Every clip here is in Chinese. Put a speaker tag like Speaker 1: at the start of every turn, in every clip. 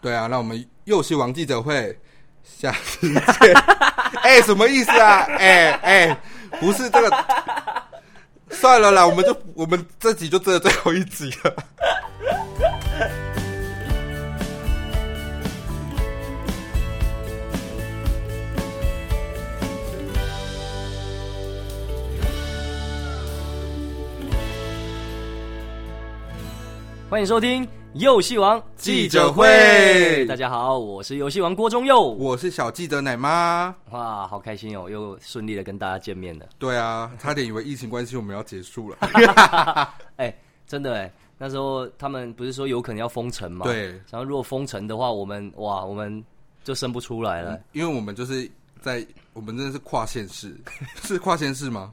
Speaker 1: 对啊，那我们又是王记者会，下次 见。哎、什么意思啊？哎、哎、不是这个，算了啦，我们就我们这集就真的最后一集了。
Speaker 2: 欢迎收听游戏王
Speaker 1: 记者会
Speaker 2: 大家好，我是游戏王郭忠佑。
Speaker 1: 我是小记者奶妈。
Speaker 2: 哇，好开心哦，又顺利的跟大家见面了。
Speaker 1: 对啊，差点以为疫情关系我们要结束了。
Speaker 2: 哎、真的哎、那时候他们不是说有可能要封城吗？
Speaker 1: 对
Speaker 2: 然后如果封城的话，我们哇，我们就生不出来了。
Speaker 1: 因为我们就是在我们真的是跨县市， 是跨县市吗？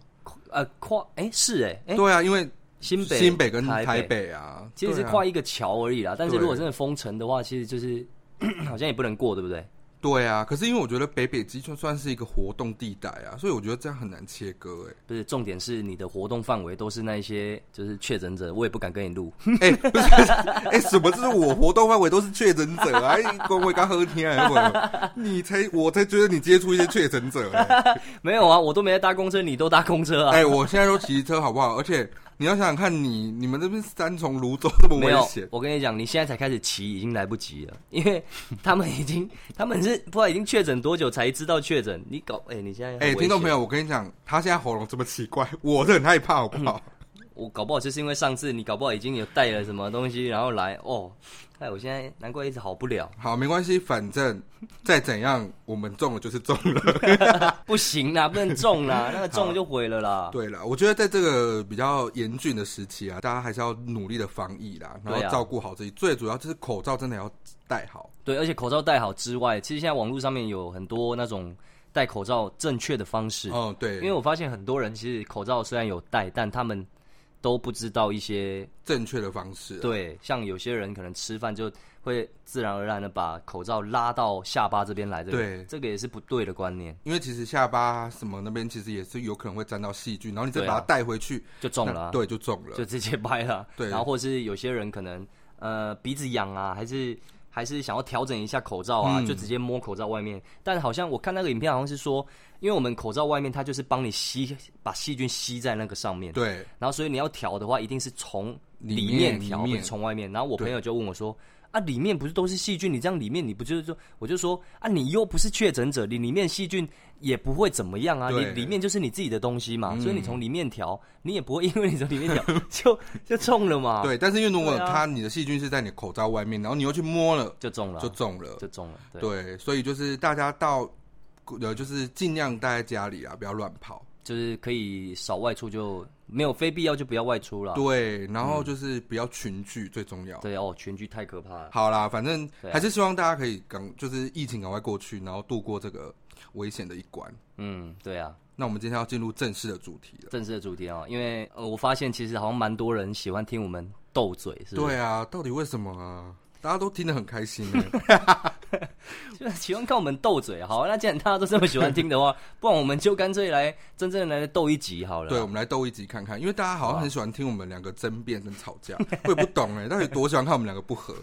Speaker 2: 呃，跨哎、是哎、哎、
Speaker 1: 对啊，因为
Speaker 2: 新北
Speaker 1: 新北跟
Speaker 2: 台
Speaker 1: 台北啊，
Speaker 2: 其实是
Speaker 1: 对啊
Speaker 2: 跨一个桥而已啦。但是
Speaker 1: 对
Speaker 2: 如果真的封城的话，其实就是 好像也不能过，对不对？
Speaker 1: 对啊，可是因为我觉得北北基就算是一个活动地带啊，所以我觉得这样很难切割哎、
Speaker 2: 不是，重点是你的活动范围都是那一些就是确诊者，我也不敢跟你录。
Speaker 1: 欸。哎、不是，哎、什么？这是我活动范围都是确诊者啊！哎光辉刚喝天啊，我你才我才觉得你接触一些确诊者、欸。
Speaker 2: 没有啊，我都没在搭公车，你都搭公车啊
Speaker 1: 哎、。我现在都骑车好不好？而且你要想想看你，你们这边三重泸州这么
Speaker 2: 没
Speaker 1: 危
Speaker 2: 有
Speaker 1: 险，，
Speaker 2: 我跟你讲，你现在才开始骑，已经来不及了，因为他们已经， 他们是不知道已经确诊多久才知道确诊。你搞，哎、你现在
Speaker 1: 哎、
Speaker 2: 很危
Speaker 1: 听众朋友，
Speaker 2: 险，
Speaker 1: 我跟你讲，他现在喉咙这么奇怪，我是很害怕，好不好？
Speaker 2: 我搞不好就是因为上次你搞不好已经有带了什么东西，然后来哦，哎，我现在难怪一直好不了，
Speaker 1: 好，没关系，反正再怎样，我们中了就是中了。
Speaker 2: 不行啦，不能中啦，那个中了就毁了啦。
Speaker 1: 对了，我觉得在这个比较严峻的时期啊，大家还是要努力的防疫啦，然后
Speaker 2: 对啊
Speaker 1: 照顾好自己，最主要就是口罩真的要戴好。
Speaker 2: 对，而且口罩戴好之外，其实现在网络上面有很多那种戴口罩正确的方式，
Speaker 1: 哦，对，
Speaker 2: 因为我发现很多人其实口罩虽然有戴，但他们都不知道一些
Speaker 1: 正确的方式啊、
Speaker 2: 对，像有些人可能吃饭就会自然而然的把口罩拉到下巴这边来，这个
Speaker 1: 对
Speaker 2: 这个也是不对的观念，
Speaker 1: 因为其实下巴什么那边其实也是有可能会沾到细菌，然后你再
Speaker 2: 对啊
Speaker 1: 把它带回去，
Speaker 2: 就中
Speaker 1: 那
Speaker 2: 了啊、
Speaker 1: 对，就中了。
Speaker 2: 就直接掰了。啊
Speaker 1: 对
Speaker 2: 然后或是有些人可能呃鼻子痒啊，还是还是想要调整一下口罩啊，
Speaker 1: 嗯
Speaker 2: 就直接摸口罩外面。但好像我看那个影片，好像是说，因为我们口罩外面它就是帮你吸把细菌吸在那个上面，
Speaker 1: 对，
Speaker 2: 然后所以你要调的话，一定是从
Speaker 1: 里
Speaker 2: 里
Speaker 1: 面
Speaker 2: 面调，
Speaker 1: 里
Speaker 2: 不
Speaker 1: 面
Speaker 2: 是从外面。然后我朋友就问我说：“啊，里面不是都是细菌？你这样里面你不就是说？”我就说：“啊，你又不是确诊者，你里面细菌也不会怎么样啊，你
Speaker 1: 对嗯
Speaker 2: 里面就是你自己的东西嘛，所以你从里面调，你也不会因为你从里面 调就就中了嘛，，
Speaker 1: 对，但是因为如果
Speaker 2: 对啊
Speaker 1: 它你的细菌是在你口罩外面，然后你又去摸了，
Speaker 2: 就中了啊，
Speaker 1: 就中了。
Speaker 2: 就中了，对。”
Speaker 1: 对，所以就是大家到呃，就是尽量待在家里啊，不要乱跑。
Speaker 2: 就是可以少外出就，没有非必要就不要外出了。
Speaker 1: 对，然后就是不要群聚最重要。
Speaker 2: 啊嗯对哦，全聚太可怕了。
Speaker 1: 好啦，反正
Speaker 2: 对啊
Speaker 1: 还是希望大家可以赶，就是疫情赶快过去，然后度过这个危险的一关。
Speaker 2: 嗯，对啊，
Speaker 1: 那我们今天要进入正式的主题了。
Speaker 2: 正式的主题哦，因为呃，我发现其实好像蛮多人喜欢听我们斗嘴，是不是？
Speaker 1: 对啊，到底为什么啊？大家都听得很开心欸呢、
Speaker 2: 啊就是喜欢看我们斗嘴。好，那既然大家都这么喜欢听的话， 不然我们就干脆来真正来斗一集好了。
Speaker 1: 对，我，们来斗一集看看，因为大家好像很喜欢听我们两个争辩跟吵 架，我也不懂哎、到底多喜欢看我们两个不和？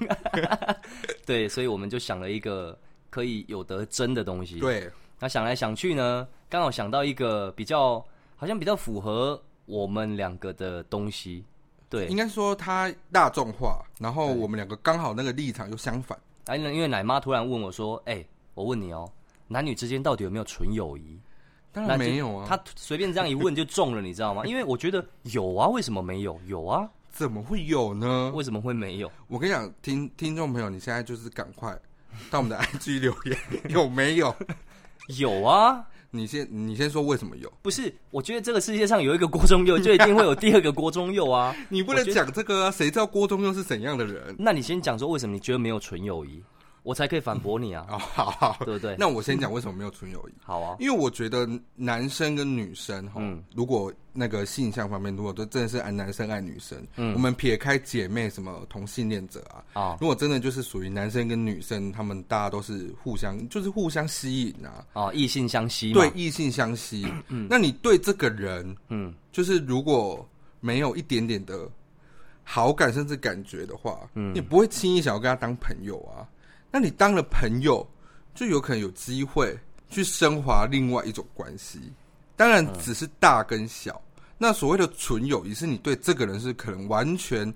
Speaker 2: 对，所以我们就想了一个可以有得争的东西。，
Speaker 1: 对，
Speaker 2: 那想来想去呢，刚好想到一个比较好像比较符合我们两个的东西。对
Speaker 1: 应，该说它大众化，然后我们两个刚好那个立场又相反。
Speaker 2: 哎，因为奶妈突然问我说：“哎、我问你哦，男女之间到底有没有纯友谊？”
Speaker 1: 当
Speaker 2: 那
Speaker 1: 然
Speaker 2: 就
Speaker 1: 没有啊，
Speaker 2: 他随便这样一问就中了，你知道 吗？因为我觉得有啊，为什么没有？有啊，
Speaker 1: 怎么会有呢？
Speaker 2: 为什么会没有？
Speaker 1: 我跟你讲，听听众朋友，你现在就是赶快到我们的 IG 留言，有没有？
Speaker 2: 有啊，
Speaker 1: 你先你先说为什么有？
Speaker 2: 不是，我觉得这个世界上有一个郭中佑，就一定会有第二个郭中佑 啊。
Speaker 1: 你不能讲这个啊，谁知道郭忠佑是怎样的人？
Speaker 2: 那你先讲说为什么你觉得没有纯友谊，我才可以反驳 你啊，
Speaker 1: 哦，好好，
Speaker 2: 对不对？
Speaker 1: 那我先讲为什么没有纯友谊，
Speaker 2: 好啊，
Speaker 1: 因为我觉得男生跟女生哈，
Speaker 2: 嗯
Speaker 1: 如果那个性向方面，如果都真的是爱男生爱女生，
Speaker 2: 嗯
Speaker 1: 我们撇开姐妹什么同性恋者啊，
Speaker 2: 啊
Speaker 1: 如果真的就是属于男生跟女生，他们大家都是互相就是互相吸引啊，
Speaker 2: 啊，异性相吸嘛
Speaker 1: 对，异性相吸。那你对这个人，
Speaker 2: 嗯，
Speaker 1: 就是如果没有一点点的好感甚至感觉的话，
Speaker 2: 嗯
Speaker 1: 你不会轻易想要跟他当朋友啊。那你当了朋友，就有可能有机会去升华另外一种关系。当然，
Speaker 2: 嗯
Speaker 1: 只是大跟小。那所谓的纯友谊，是你对这个人是可能完全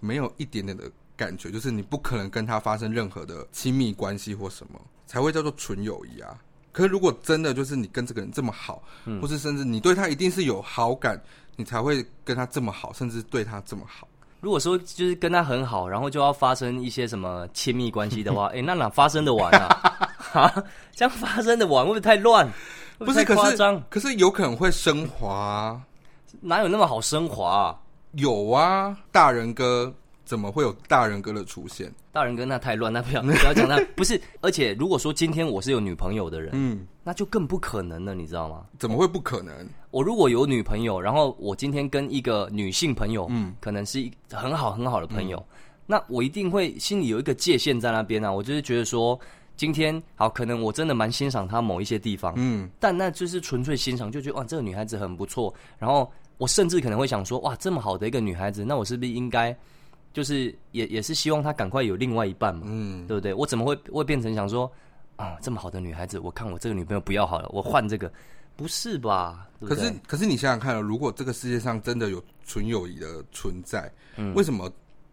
Speaker 1: 没有一点点的感觉，就是你不可能跟他发生任何的亲密关系或什么，才会叫做纯友谊啊。可是如果真的就是你跟这个人这么好，
Speaker 2: 嗯
Speaker 1: 或是甚至你对他一定是有好感，你才会跟他这么好，甚至对他这么好。
Speaker 2: 如果说就是跟他很好，然后就要发生一些什么亲密关系的 话，诶，那哪发生的完啊？哈，这样发生的完会不会太乱？
Speaker 1: 不
Speaker 2: 会会
Speaker 1: 是，
Speaker 2: 太
Speaker 1: 可
Speaker 2: 夸
Speaker 1: 是
Speaker 2: 张，
Speaker 1: 可是有可能会升华啊、
Speaker 2: 哪有那么好升华、啊？
Speaker 1: 有啊，大人哥怎么会有大人哥的出现？
Speaker 2: 大人跟那太乱，那不要不要讲那不是。而且如果说今天我是有女朋友的人，
Speaker 1: 嗯，
Speaker 2: 那就更不可能了，你知道吗？
Speaker 1: 怎么会不可能？
Speaker 2: 我如果有女朋友，然后我今天跟一个女性朋友，嗯，可能是一很好很好的朋友，
Speaker 1: 嗯
Speaker 2: 那我一定会心里有一个界限在那边啊。我就是觉得说，今天好，可能我真的蛮欣赏她某一些地方，
Speaker 1: 嗯，
Speaker 2: 但那就是纯粹欣赏，就觉得哇，哦这个女孩子很不错。然后我甚至可能会想说，哇，这么好的一个女孩子，那我是不是应该就是也也是希望她赶快有另外一半嘛？嗯，对不对？我怎么会会变成想说啊，这么好的女孩子，我看我这个女朋友不要好了，我换这个，不是吧？对不
Speaker 1: 可
Speaker 2: 对
Speaker 1: 是可是你想想看、哦，如果这个世界上真的有纯友谊的存在，
Speaker 2: 嗯
Speaker 1: 为什么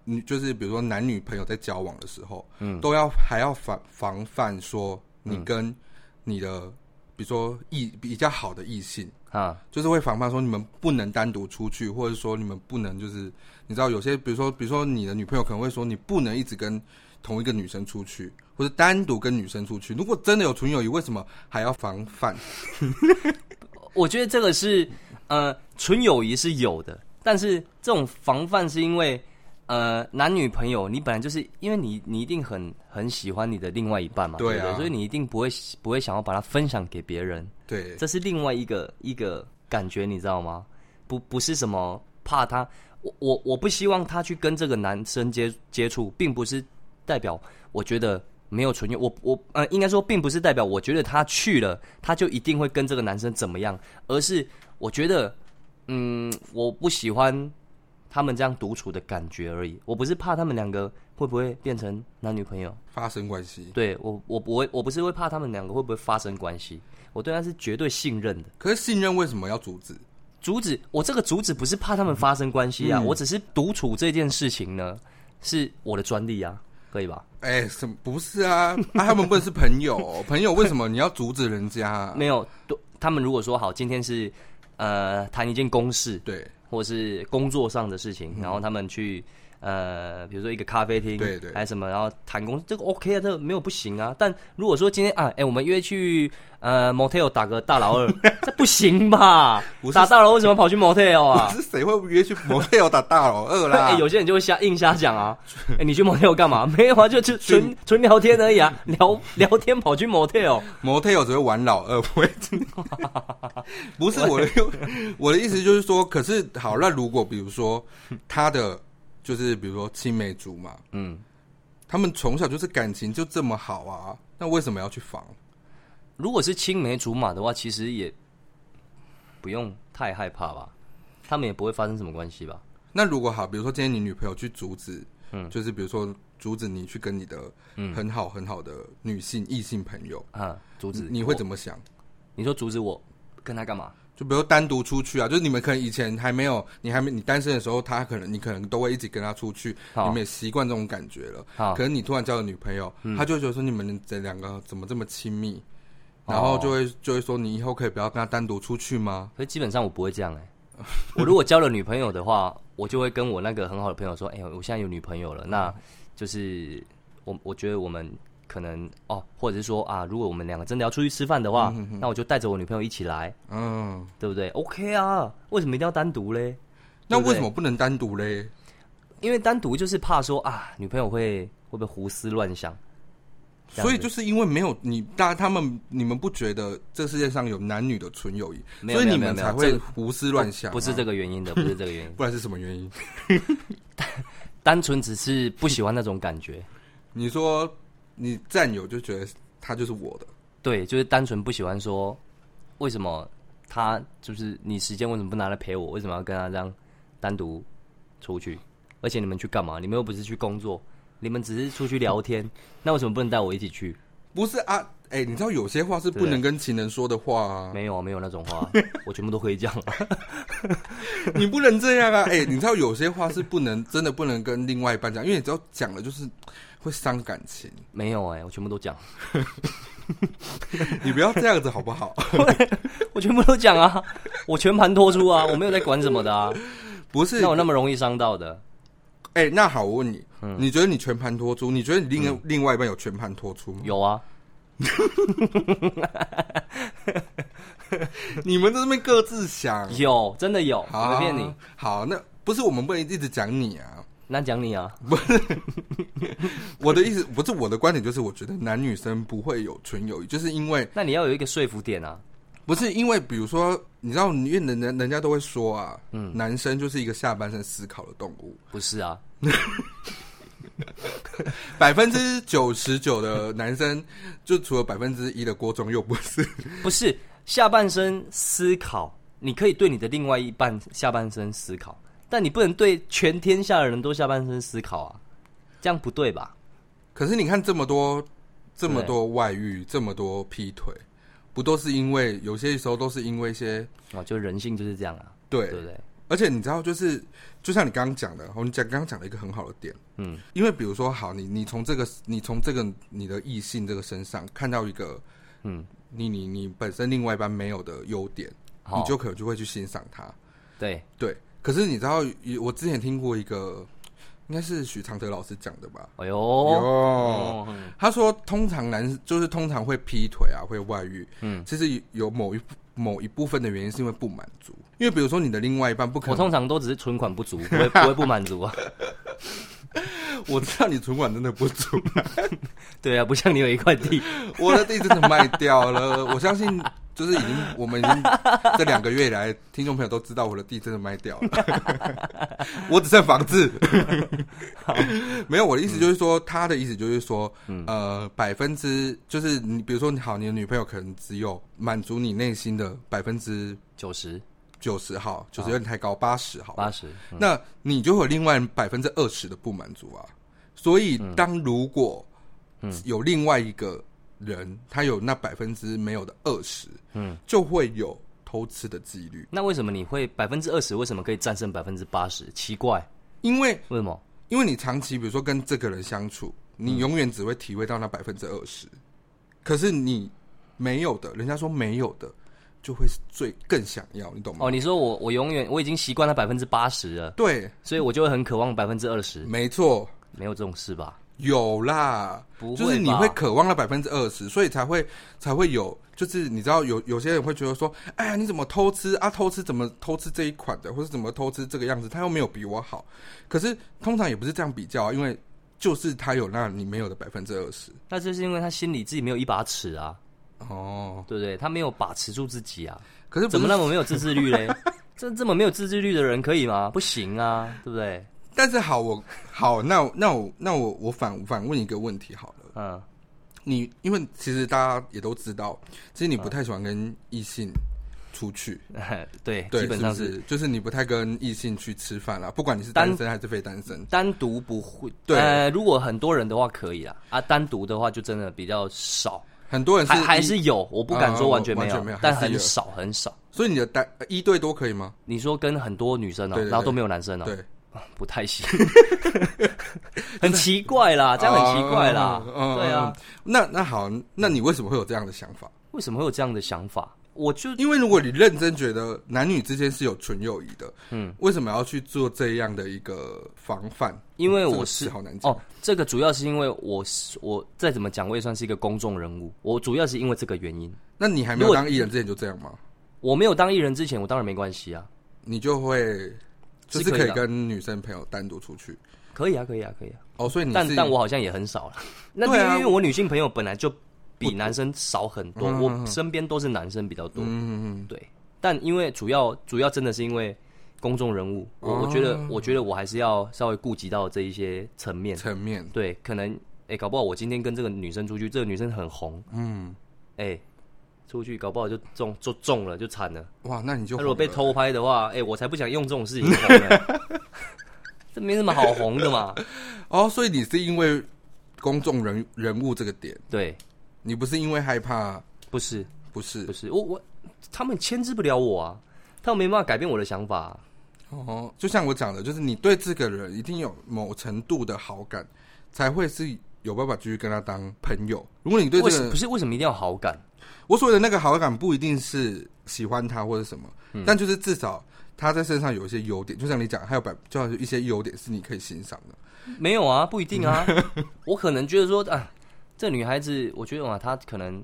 Speaker 1: 你就是比如说男女朋友在交往的时候，嗯，都要还要防防范说你
Speaker 2: 嗯
Speaker 1: 跟你的、比如说异比较好的异性，
Speaker 2: 啊，
Speaker 1: 就是会防范说你们不能单独出去，或者说你们不能就是你知道有些比如说比如说你的女朋友可能会说你不能一直跟同一个女生出去，或者单独跟女生出去。如果真的有纯友谊，为什么还要防范？
Speaker 2: 我觉得这个是呃，纯友谊是有的，但是这种防范是因为。呃，男女朋友，你本来就是因为你，你一定很很喜欢你的另外一半嘛，
Speaker 1: 对
Speaker 2: 对
Speaker 1: 啊
Speaker 2: 不对所以你一定不会不会想要把它分享给别人，
Speaker 1: 对，
Speaker 2: 这是另外一个一个感觉，你知道吗？不不是什么怕他，我我我不希望他去跟这个男生接接触，并不是代表我觉得没有纯友，我我呃应该说并不是代表我觉得他去了他就一定会跟这个男生怎么样，而是我觉得嗯我不喜欢他们这样独处的感觉而已，我不是怕他们两个会不会变成男女朋友。
Speaker 1: 发生关系。
Speaker 2: 对我，我不会，我不是会怕他们两个会不会发生关系，我对他是绝对信任的。
Speaker 1: 可是信任为什么要阻止？
Speaker 2: 阻止我这个阻止不是怕他们发生关系啊，
Speaker 1: 嗯
Speaker 2: 我只是独处这件事情呢是我的专利啊，可以吧？
Speaker 1: 哎、什么不是啊？啊，他们不能是朋友哦、 朋友为什么你要阻止人家啊？
Speaker 2: 没有，都他们如果说好，今天是呃谈一件公事，
Speaker 1: 对
Speaker 2: 或是工作上的事情，然后他们去呃，比如说一个咖啡
Speaker 1: 嗯
Speaker 2: 厅，
Speaker 1: 对对
Speaker 2: 还是什么，然后谈工这个 OK 啊，这个没有不行啊。但如果说今天啊，哎、我们约去呃 motel 打个 大老二，这不行吧
Speaker 1: 不？是
Speaker 2: 打大老二为什么跑去 motel 啊？
Speaker 1: 是谁会约去摩天楼打大老 二 啦？
Speaker 2: 哎有些人就会瞎硬瞎 讲啊，哎、你去 motel 干嘛？ 没有啊，就就纯纯聊天而 已啊，聊聊天跑去 motel，
Speaker 1: 模特有只会玩老二，不会真的。不是我的，我的意思就是说，可是好，那如果比如说他的就是比如说青梅竹马，
Speaker 2: 嗯。
Speaker 1: 他们从小就是感情就这么好啊，那为什么要去防？
Speaker 2: 如果是青梅竹马的话，其实也不用太害怕吧，他们也不会发生什么关系吧。
Speaker 1: 那如果好，比如说今天你女朋友去阻止，嗯，就是比如说阻止你去跟你的
Speaker 2: 嗯
Speaker 1: 很好很好的女性异性朋友，
Speaker 2: 啊，阻止
Speaker 1: 你会怎么想？
Speaker 2: 你说阻止我跟他干嘛？
Speaker 1: 就比如单独出去啊，就是你们可能以前还没有，你还没你单身的时候，他可能你可能都会一直跟他出去，
Speaker 2: 好
Speaker 1: 你们也习惯这种感觉了。
Speaker 2: 好嗯
Speaker 1: 可是你突然交了女朋友，他就会觉得说你们这两个怎么这么亲密，
Speaker 2: 哦
Speaker 1: 然后就会就会说你以后可以不要跟他单独出去吗？
Speaker 2: 可是基本上我不会这样哎、我如果交了女朋友的话， 我就会跟我那个很好的朋友说，哎、我现在有女朋友了，那就是我我觉得我们可能哦，或者是说啊，如果我们两个真的要出去吃饭的话，那我就带着我女朋友一起来，
Speaker 1: 嗯，
Speaker 2: 对不对？OK 啊，为什么一定要单独嘞？
Speaker 1: 那
Speaker 2: 对不对
Speaker 1: 为什么不能单独嘞？
Speaker 2: 因为单独就是怕说啊，女朋友会会不会胡思乱想？这样子
Speaker 1: 所以就是因为没有你，大他们你们不觉得这世界上有男女的纯友谊，
Speaker 2: 没有
Speaker 1: 所以
Speaker 2: 没有
Speaker 1: 你
Speaker 2: 没有
Speaker 1: 们
Speaker 2: 没有
Speaker 1: 才会
Speaker 2: 这个
Speaker 1: 胡思乱想、
Speaker 2: 不是这
Speaker 1: 个，
Speaker 2: 个原因的，不是这个原因，
Speaker 1: 不然是什么原因？
Speaker 2: 单纯只是不喜欢那种感觉。
Speaker 1: 你说你占有就觉得他就是我的。
Speaker 2: 对，就是单纯不喜欢说，为什么他就是你时间为什么不拿来陪我？为什么要跟他这样单独出去？而且你们去干嘛？你们又不是去工作，你们只是出去聊天，那为什么不能带我一起去？
Speaker 1: 不是啊，哎、你知道有些话是不能跟情人说的话啊，
Speaker 2: 没有啊，没有那种话，我全部都可以讲啊。
Speaker 1: 你不能这样啊，哎、你知道有些话是不能，真的不能跟另外一半讲，因为你只要讲了就是会伤感情，
Speaker 2: 没有哎、我全部都讲，
Speaker 1: 你不要这样子好不 好？
Speaker 2: 我全部都讲啊，我全盘托出啊，我没有在管什么的啊，
Speaker 1: 不是
Speaker 2: 那，嗯我那么容易伤到的？
Speaker 1: 哎、那好，我问你，你觉得你全盘托出？你觉得你另、
Speaker 2: 嗯
Speaker 1: 另外一半有全盘托出吗？
Speaker 2: 有啊，
Speaker 1: 你们在那边各自想，
Speaker 2: 有，真的有，
Speaker 1: 好
Speaker 2: 随便你。。
Speaker 1: 好，那不是我们不能一直讲你啊。
Speaker 2: 那讲你啊，
Speaker 1: 我的意思 不是我的观点，就是我觉得男女生不会有纯友谊，就是因为
Speaker 2: 那你要有一个说服点啊。
Speaker 1: 不是因为，比如说，你知道，因为人人人家都会说啊，
Speaker 2: 嗯
Speaker 1: 男生就是一个下半身思考的动物，
Speaker 2: 不是啊，
Speaker 1: 百分之九十九的男生，就除了百分之一的郭忠佑不是，
Speaker 2: 不是下半身思考，你可以对你的另外一半下半身思考，但你不能对全天下的人都下半身思考啊，这样不对吧？
Speaker 1: 可是你看这么多，这么多外遇，这么多劈腿，不都是因为有些时候都是因为一些
Speaker 2: 哦，就人性就是这样啊，
Speaker 1: 对，
Speaker 2: 对不对？
Speaker 1: 而且你知道，就是就像你刚刚讲的，我们讲刚刚讲了一个很好的点，
Speaker 2: 嗯，
Speaker 1: 因为比如说，好，你你从这个你从这个你的异性这个身上看到一个，
Speaker 2: 嗯，
Speaker 1: 你你你本身另外一半没有的优点，
Speaker 2: 好
Speaker 1: 你就可能就会去欣赏他，
Speaker 2: 对，
Speaker 1: 对。可是你知道，我之前听过一个，应该是许常德老师讲的吧？
Speaker 2: 哎呦，
Speaker 1: 哦，
Speaker 2: 哦，嗯
Speaker 1: 他说，通常男就是通常会劈腿啊，会外遇，
Speaker 2: 嗯，
Speaker 1: 其实有某一某一部分的原因是因为不满足，因为比如说你的另外一半不可
Speaker 2: 我
Speaker 1: 能
Speaker 2: 通常都只是存款不足，不会不会不满足啊。
Speaker 1: 我知道你存款真的不足，
Speaker 2: 对啊，不像你有一块地，
Speaker 1: 我的地真的卖掉了。 我相信，就是已经我们已经这两个月以来，听众朋友都知道我的地真的卖掉了， 我只剩房子。 没有，我的意思就是说，他的意思就是说，呃，百分之就是你，比如说你好，你的女朋友可能只有满足你内心的百分之
Speaker 2: 九十
Speaker 1: 九十，好，九十有点太高，八十好了，
Speaker 2: 八十，嗯
Speaker 1: 那你就会有另外百分之二十的不满足啊。所以，
Speaker 2: 嗯
Speaker 1: 当如果有另外一个人，他有那百分之没有的二十，
Speaker 2: 嗯，
Speaker 1: 就会有偷吃的几率。
Speaker 2: 那为什么你会百分之二十？为什么可以战胜百分之八十？奇怪，
Speaker 1: 因为，
Speaker 2: 为什么？
Speaker 1: 因为你长期比如说跟这个人相处，你永远只会体会到那百分之二十，可是你没有的，人家说没有的，就会是最更想要，你懂吗？
Speaker 2: 哦，你说我我永远我已经习惯了百分之八十了，
Speaker 1: 对，
Speaker 2: 所以我就会很渴望百分之二十。
Speaker 1: 没错。
Speaker 2: 没有这种事吧？
Speaker 1: 有啦，
Speaker 2: 不会
Speaker 1: 就是你
Speaker 2: 吧
Speaker 1: 会渴望了百分之二十，所以才会才会有，就是你知道有有些人会觉得说，哎呀，你怎么偷吃啊？偷吃怎么偷吃这一款的，或者怎么偷吃这个样子？他又没有比我好，可是通常也不是这样比较啊，因为就是他有那你没有的百分之二十
Speaker 2: 那就是因为他心里自己没有一把尺啊，
Speaker 1: 哦。
Speaker 2: 对不对？他没有把持住自己啊，
Speaker 1: 可是不
Speaker 2: 怎么
Speaker 1: 是
Speaker 2: 那么没有自制 力嘞？这这么没有自制力的人可以吗？不行啊，对不对？
Speaker 1: 但是好，我好，那我那我那我我反反问一个问题好了，
Speaker 2: 嗯，
Speaker 1: 你因为其实大家也都知道，其实你不太喜欢跟异性出去，
Speaker 2: 对，
Speaker 1: 对，
Speaker 2: 基本上
Speaker 1: 是不
Speaker 2: 是
Speaker 1: 是就是你不太跟异性去吃饭啦，不管你是单身还是非单身，
Speaker 2: 单独不会。
Speaker 1: 对
Speaker 2: 呃，如果很多人的话可以啦，啊，单独的话就真的比较少，
Speaker 1: 很多人是
Speaker 2: 还还
Speaker 1: 一
Speaker 2: 是有，我不敢说完全没
Speaker 1: 啊
Speaker 2: 有，
Speaker 1: 完全没有
Speaker 2: 但
Speaker 1: 还是有
Speaker 2: 很少很少。
Speaker 1: 所以你的单呃一对多可以吗？
Speaker 2: 你说跟很多女生哦、
Speaker 1: 对对对
Speaker 2: 然后都没有男生哦、
Speaker 1: 对，
Speaker 2: 不太行， 很奇怪啦，这样很奇怪啦，
Speaker 1: 嗯嗯
Speaker 2: 对啊，
Speaker 1: 嗯那那好，那你为什么会有这样的想法？
Speaker 2: 为什么会有这样的想法？我就
Speaker 1: 因为如果你认真觉得男女之间是有纯友谊的，嗯，为什么要去做这样的一个防范？
Speaker 2: 因为
Speaker 1: 这个
Speaker 2: 我
Speaker 1: 词
Speaker 2: 是
Speaker 1: 好难讲
Speaker 2: 哦，这个主要是因为我是我再怎么讲，我也算是一个公众人物，我主要是因为这个原因。
Speaker 1: 那你还没有
Speaker 2: 如果
Speaker 1: 当艺人之前就这样吗？
Speaker 2: 我没有当艺人之前，我当然没关系啊，
Speaker 1: 你就会就是
Speaker 2: 是可以
Speaker 1: 可以
Speaker 2: 的
Speaker 1: 跟女生朋友单独出去
Speaker 2: 可以啊，可以啊，可以啊。
Speaker 1: 哦，所以你
Speaker 2: 但
Speaker 1: 是
Speaker 2: 但我好像也很少 了，那
Speaker 1: 对
Speaker 2: 因
Speaker 1: 啊
Speaker 2: 为因为我女性朋友本来就比男生少很多，我身边都是男生比较多，
Speaker 1: 嗯嗯嗯嗯，
Speaker 2: 对。但因为主要主要真的是因为公众人物，我、我觉得
Speaker 1: 哦
Speaker 2: 我觉得我还是要稍微顾及到这一些层面，
Speaker 1: 层面
Speaker 2: 对，可能哎、搞不好我今天跟这个女生出去，这个女生很红，
Speaker 1: 嗯，
Speaker 2: 哎、出去搞不好就中就中了，就惨了。
Speaker 1: 哇，那你就
Speaker 2: 那如果被
Speaker 1: 红了
Speaker 2: 偷拍的 话，哎、我才不想用这种事情红呢。这没什么好红的嘛，
Speaker 1: 哦，所以你是因为公众人人物这个点，
Speaker 2: 对，
Speaker 1: 你不是因为害怕，
Speaker 2: 不是
Speaker 1: 不是
Speaker 2: 不是，我我他们牵制不了我啊，他们没办法改变我的想法啊、
Speaker 1: 哦。就像我讲的，就是你对这个人一定有某程度的好感，才会是有办法继续跟他当朋友。如果你对这
Speaker 2: 为
Speaker 1: 个
Speaker 2: 什
Speaker 1: 人
Speaker 2: 不是为什么一定要好感？
Speaker 1: 我所谓的那个好感不一定是喜欢他或者什么，
Speaker 2: 嗯
Speaker 1: 但就是至少他在身上有一些优点，就像你讲，还有百就像有一些优点是你可以欣赏的。
Speaker 2: 没有啊，不一定啊。 我可能觉得说，啊，这女孩子，我觉得哇，她可能，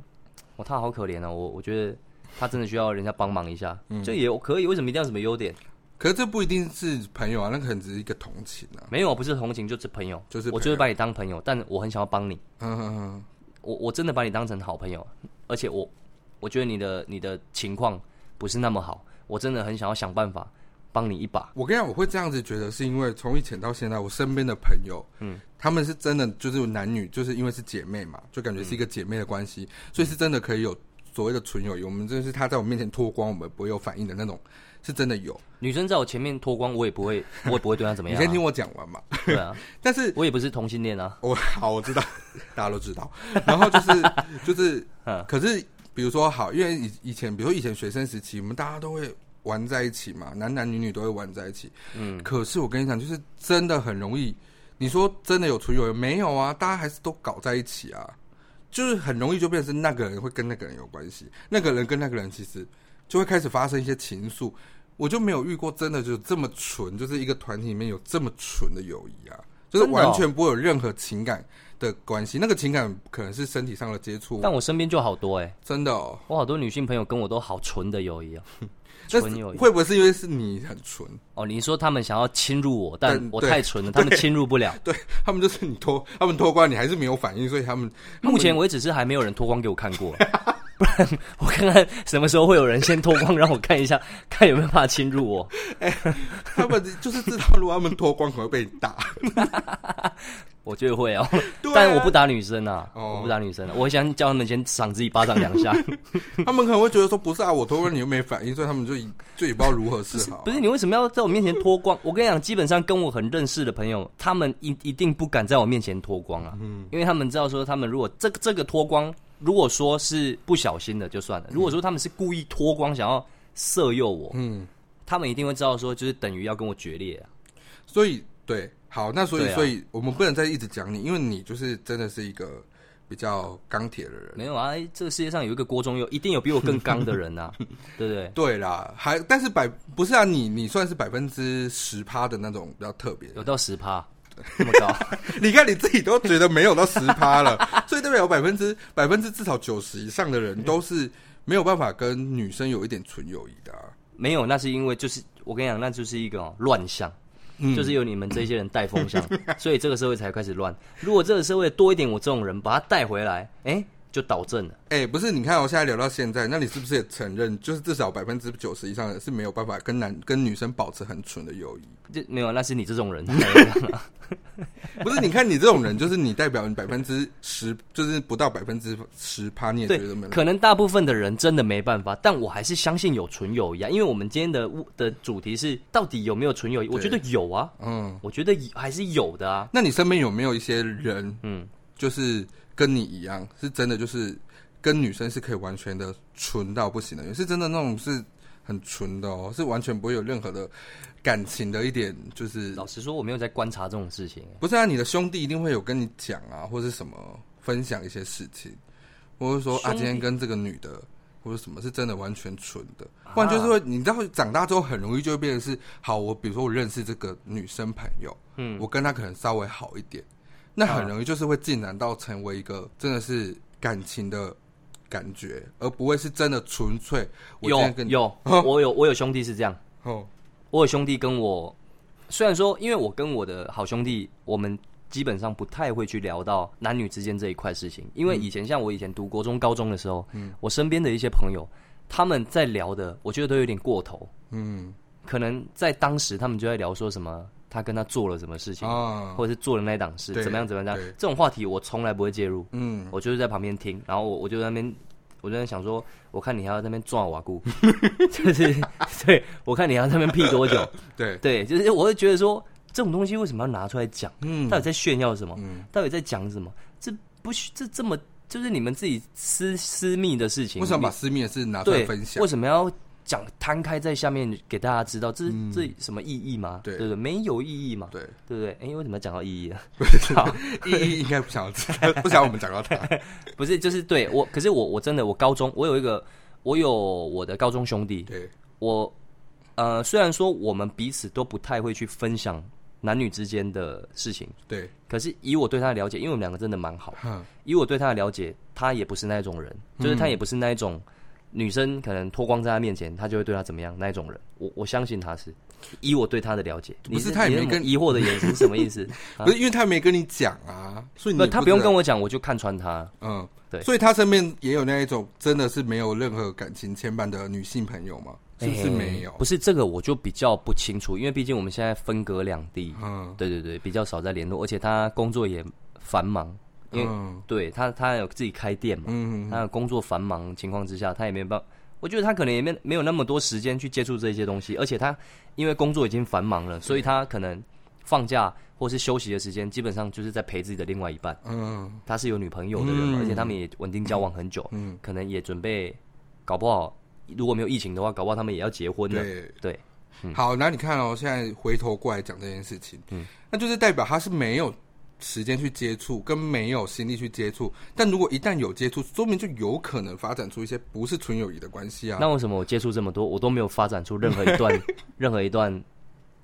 Speaker 2: 哇，她好可怜哦。我我觉得她真的需要人家帮忙一下，
Speaker 1: 嗯
Speaker 2: 这也可以。为什么一定要什么优点？
Speaker 1: 可是这不一定是朋友啊，那可能只是一个同情啊。
Speaker 2: 没有，不是同情，就是朋友，
Speaker 1: 就是朋友
Speaker 2: 我就是把你当朋友，但我很想要帮你，
Speaker 1: 嗯嗯嗯，
Speaker 2: 我我真的把你当成好朋友，而且我我觉得你的你的情况不是那么好，我真的很想要想办法帮你一把。
Speaker 1: 我跟你讲，我会这样子觉得，是因为从以前到现在，我身边的朋友，嗯，他们是真的就是男女，就是因为是姐妹嘛，就感觉是一个姐妹的关系，所以是真的可以有所谓的纯友谊。我们就是他在我面前脱光，我们不会有反应的那种，是真的有。
Speaker 2: 女生在我前面脱光，我也不会，我也不会对她怎么
Speaker 1: 你
Speaker 2: 样、
Speaker 1: 先听
Speaker 2: 啊。
Speaker 1: 我讲完嘛。
Speaker 2: 对啊，
Speaker 1: 但是
Speaker 2: 我也不是同性恋啊。
Speaker 1: 我好，我知道，大家都知道。然后 就是就是
Speaker 2: 嗯，
Speaker 1: 可是比如说好，因为以以前，比如说以前学生时期，我们大家都会玩在一起嘛，男男女女都会玩在一起。
Speaker 2: 嗯，
Speaker 1: 可是我跟你讲，就是真的很容易。你说真的有纯友谊没有啊？大家还是都搞在一起啊，就是很容易就变成那个人会跟那个人有关系，那个人跟那个人其实就会开始发生一些情愫。我就没有遇过真的就是这么纯，就是一个团体里面有这么纯的友谊啊，就是
Speaker 2: 真的哦
Speaker 1: 完全不会有任何情感的关系。那个情感可能是身体上的接触，
Speaker 2: 但我身边就好多哎、
Speaker 1: 真的哦。
Speaker 2: 我好多女性朋友跟我都好纯的友谊哦。
Speaker 1: 那
Speaker 2: 纯友谊
Speaker 1: 会不会是因为是你很纯？
Speaker 2: 哦，你说他们想要侵入我，但
Speaker 1: 但
Speaker 2: 我
Speaker 1: 对
Speaker 2: 太纯了，他们侵入不了。
Speaker 1: 对他们就是你脱，他们脱光你还是没有反应，所以他们
Speaker 2: 目前为止是还没有人脱光给我看过， 不然我看看什么时候会有人先脱光让我看一下， 看有没有办法侵入我。
Speaker 1: 他们就是知道，如果他们脱光可能会被打。
Speaker 2: 我觉得会哦，
Speaker 1: 对啊
Speaker 2: 但我不打女生啊，
Speaker 1: 哦
Speaker 2: 我不打女生、啊，我想叫他们先赏自己巴掌两下。
Speaker 1: 他们可能会觉得说，不是啊，我脱光你又没反应，所以他们就以就也不知道如何是好 啊、
Speaker 2: 不是你为什么要在我面前脱光？我跟你讲，基本上跟我很认识的朋友，他们一一定不敢在我面前脱光啊，因为他们知道说，他们如果这个这个脱光，如果说是不小心的就算了，如果说他们是故意脱光想要色诱我，
Speaker 1: 嗯，
Speaker 2: 他们一定会知道说，就是等于要跟我决裂、啊。
Speaker 1: 所以对，好，那所以、
Speaker 2: 对啊
Speaker 1: 所以我们不能再一直讲你，因为你就是真的是一个比较钢铁的人。
Speaker 2: 没有啊，这个世界上有一个郭中佑，一定有比我更刚的人啊，对不对？
Speaker 1: 对啦，还但是百不是啊，你你算是百分之十趴的那种比较特别的
Speaker 2: 有到十趴那么高，
Speaker 1: 你看你自己都觉得没有到十趴了， 所以代表有百分之百分之至少九十以上的人都是没有办法跟女生有一点纯友谊的、啊。
Speaker 2: 没有，那是因为就是我跟你讲，那就是一个、哦、乱象。
Speaker 1: 嗯
Speaker 2: 就是有你们这些人带 风向，所以这个社会才开始乱。如果这个社会多一点我这种人，把他带回来，哎、就导正了。
Speaker 1: 哎、不是，你看我、现在聊到现在，那你是不是也承认，就是至少百分之九十以上的人是没有办法跟男跟女生保持很纯的友谊？
Speaker 2: 就没有，那是你 这种人。
Speaker 1: 不是，你看你这种人，就是你代表你百分之十，就是不到百分之十趴，你也觉
Speaker 2: 对
Speaker 1: 得没，有。
Speaker 2: 可能大部分的人真的没办法，但我还是相信有纯友谊啊。因为我们今天的的主题是到底有没有纯友谊，我觉得有啊，
Speaker 1: 嗯，
Speaker 2: 我觉得有还是有的啊。
Speaker 1: 那你身边有没有一些人，
Speaker 2: 嗯，
Speaker 1: 就是跟你一样，是真的就是跟女生是可以完全的纯到不行的，也是真的那种是很纯的哦，是完全不会有任何的感情的一点，就是
Speaker 2: 老实说，我没有在观察这种事情、
Speaker 1: 不是啊？你的兄弟一定会有跟你讲啊，或是什么分享一些事情，或者说啊，
Speaker 2: 兄弟
Speaker 1: 今天跟这个女的。或者什么是真的完全纯的，
Speaker 2: 啊
Speaker 1: 不然就是会，你知道，长大之后很容易就会变成是，好，我比如说我认识这个女生朋友，
Speaker 2: 嗯
Speaker 1: 我跟她可能稍微好一点，那很容易就是会进展到成为一个真的是感情的感觉，而不会是真的纯粹。我今
Speaker 2: 有
Speaker 1: 天跟你
Speaker 2: 有， 我有我有兄弟是这样，
Speaker 1: 哦，
Speaker 2: 我有兄弟跟我，虽然说，因为我跟我的好兄弟，我们基本上不太会去聊到男女之间这一块事情，因为
Speaker 1: 嗯
Speaker 2: 以前像我以前读国中、高中的时候，我身边的一些朋友，他们在聊的，我觉得都有点过头，
Speaker 1: 嗯
Speaker 2: 可能在当时他们就在聊说什么他跟他做了什么事情，
Speaker 1: 啊，
Speaker 2: 或者是做了那档事
Speaker 1: 对
Speaker 2: 怎么样怎么样，
Speaker 1: 对
Speaker 2: 这种话题我从来不会介入，
Speaker 1: 嗯，
Speaker 2: 我就是在旁边听，然后我我就在那边，我就在想说，我啊看你还要在那边抓瓦 固， 就是对我看你还要在那边屁多久，
Speaker 1: 对，
Speaker 2: 对，就是我会觉得说，这种东西为什么要拿出来讲？
Speaker 1: 嗯
Speaker 2: 到底在炫耀什么？
Speaker 1: 嗯，
Speaker 2: 到底在讲什么？这不需这这么就是你们自己私私密的事情，
Speaker 1: 为什么把
Speaker 2: 你
Speaker 1: 私密的事拿出来
Speaker 2: 对
Speaker 1: 分享
Speaker 2: 为？什么要讲摊开在下面给大家知道？这是、这有什么意义吗？
Speaker 1: 嗯对
Speaker 2: 对不对？没有意义嘛，
Speaker 1: 对，
Speaker 2: 对不对？哎、为什么要讲到意义啊？
Speaker 1: 意 义应该不想要知道，不想我们讲到他。
Speaker 2: 不是，就是对我，可是我我真的我高中我有一个我有我的高中兄弟，
Speaker 1: 对，
Speaker 2: 我呃虽然说我们彼此都不太会去分享男女之间的事情，
Speaker 1: 对，
Speaker 2: 可是以我对他的了解，因为我们两个真的蛮好，
Speaker 1: 哼，
Speaker 2: 以我对他的了解，他也不是那种人，
Speaker 1: 嗯
Speaker 2: 就是他也不是那一种女生可能脱光在他面前，他就会对他怎么样那一种人。我我相信他是，以我对他的了解，
Speaker 1: 不是
Speaker 2: 你
Speaker 1: 他也没
Speaker 2: 你那种
Speaker 1: 跟
Speaker 2: 疑惑的眼神是什么意思？啊
Speaker 1: 不是因为他没跟你讲啊，所以你
Speaker 2: 不，
Speaker 1: 也
Speaker 2: 他
Speaker 1: 知
Speaker 2: 不用
Speaker 1: 道
Speaker 2: 跟我讲，我就看穿他。
Speaker 1: 嗯，
Speaker 2: 对
Speaker 1: 所以他身边也有那一种真的是没有任何感情牵绊的女性朋友吗？是不是
Speaker 2: 哎
Speaker 1: 没有？
Speaker 2: 不是这个，我就比较不清楚，因为毕竟我们现在分隔两地，
Speaker 1: 嗯
Speaker 2: 对对对，比较少在联络，而且他工作也繁忙，因为、
Speaker 1: 嗯
Speaker 2: 对他他有自己开店嘛，
Speaker 1: 嗯，
Speaker 2: 他的工作繁忙情况之下，他也没办法。我觉得他可能也没没有那么多时间去接触这些东西，而且他因为工作已经繁忙了，所以他可能放假或是休息的时间，基本上就是在陪自己的另外一半。
Speaker 1: 嗯
Speaker 2: 他是有女朋友的人
Speaker 1: 嗯
Speaker 2: 嘛，而且他们也稳定交往很久，
Speaker 1: 嗯，
Speaker 2: 可能也准备，搞不好如果没有疫情的话，搞不好他们也要结婚了。
Speaker 1: 对。
Speaker 2: 对，嗯
Speaker 1: 好，那你看哦，现在回头过来讲这件事情，嗯，那就是代表他是没有时间去接触，跟没有心力去接触。但如果一旦有接触，说明就有可能发展出一些不是纯友谊的关系啊。
Speaker 2: 那为什么我接触这么多，我都没有发展出任何一 段任何一段，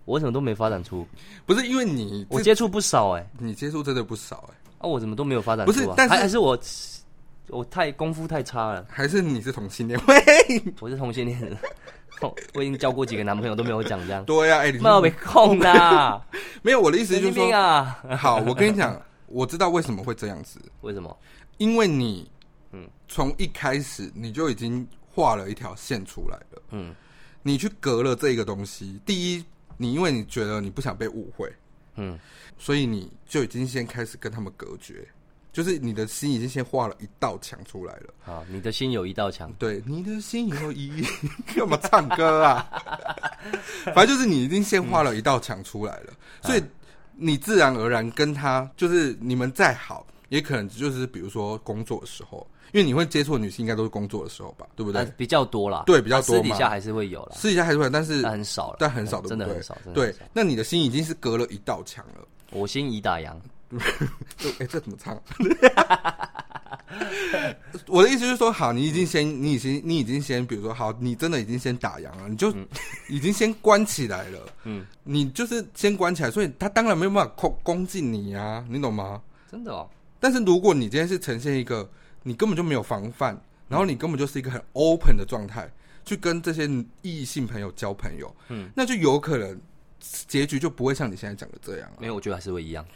Speaker 2: 我为什么都没发展出？
Speaker 1: 不是因为你
Speaker 2: 我
Speaker 1: 这
Speaker 2: 接触不少哎、
Speaker 1: 你接触真的不少哎、
Speaker 2: 啊，我怎么都没有发展
Speaker 1: 不
Speaker 2: 出、啊？
Speaker 1: 是但是
Speaker 2: 还还是我我太功夫太差了，
Speaker 1: 还是你是同性恋？ 喂，
Speaker 2: 我是同性恋人，我我已经交过几个男朋友都没有讲这样，
Speaker 1: 对呀、哎、你是
Speaker 2: 妈被控啦，
Speaker 1: 没有我 的意思
Speaker 2: 神
Speaker 1: 就
Speaker 2: 经
Speaker 1: 是说
Speaker 2: 病，啊！
Speaker 1: 好，我跟你讲，我知道为什么会这样子，
Speaker 2: 为什么？
Speaker 1: 因为你，嗯
Speaker 2: 嗯，
Speaker 1: 从一开始你就已经画了一条线出来了，
Speaker 2: 嗯，
Speaker 1: 你去隔了这个东西。第一，你因为你觉得你不想被误会，
Speaker 2: 嗯，
Speaker 1: 所以你就已经先开始跟他们隔绝，就是你的心已经先画了一道墙出来了。
Speaker 2: 好，你的心有一道墙，
Speaker 1: 对，你的心有一， 干嘛唱歌啊？ 反正就是你已经先画了一道墙出来了，
Speaker 2: 嗯
Speaker 1: 所以你自然而然跟他就是你们再好，也可能就是比如说工作的时候，因为你会接触的女性应该都是工作的时候吧，对不对？
Speaker 2: 但啊比较多啦，啊
Speaker 1: 对比较多
Speaker 2: 私底
Speaker 1: 嘛
Speaker 2: 下还是会有啦，
Speaker 1: 私底下还是会，但是
Speaker 2: 但很少了，哎
Speaker 1: 但很少，对不
Speaker 2: 真的
Speaker 1: 对
Speaker 2: 很少，真的很
Speaker 1: 对
Speaker 2: 少，
Speaker 1: 那你的心已经是隔了一道墙了。
Speaker 2: 我心已打烊，
Speaker 1: 就哎、这怎么唱？ 我的意思就是说，好，你已经先，你已经，你已经先，比如说，好，你真的已经先打烊了，你就 已经先关起来了，嗯
Speaker 2: 嗯，
Speaker 1: 你就是先关起来，所以他当然没有办法攻攻进你啊，你懂吗？
Speaker 2: 真的哦，
Speaker 1: 但是如果你今天是呈现一个你根本就没有防范，然后你根本就是一个很 open 的状态，去跟这些异性朋友交朋友，嗯
Speaker 2: 嗯，
Speaker 1: 那就有可能结局就不会像你现在讲的这样了、
Speaker 2: 没有，我觉得还是会一样。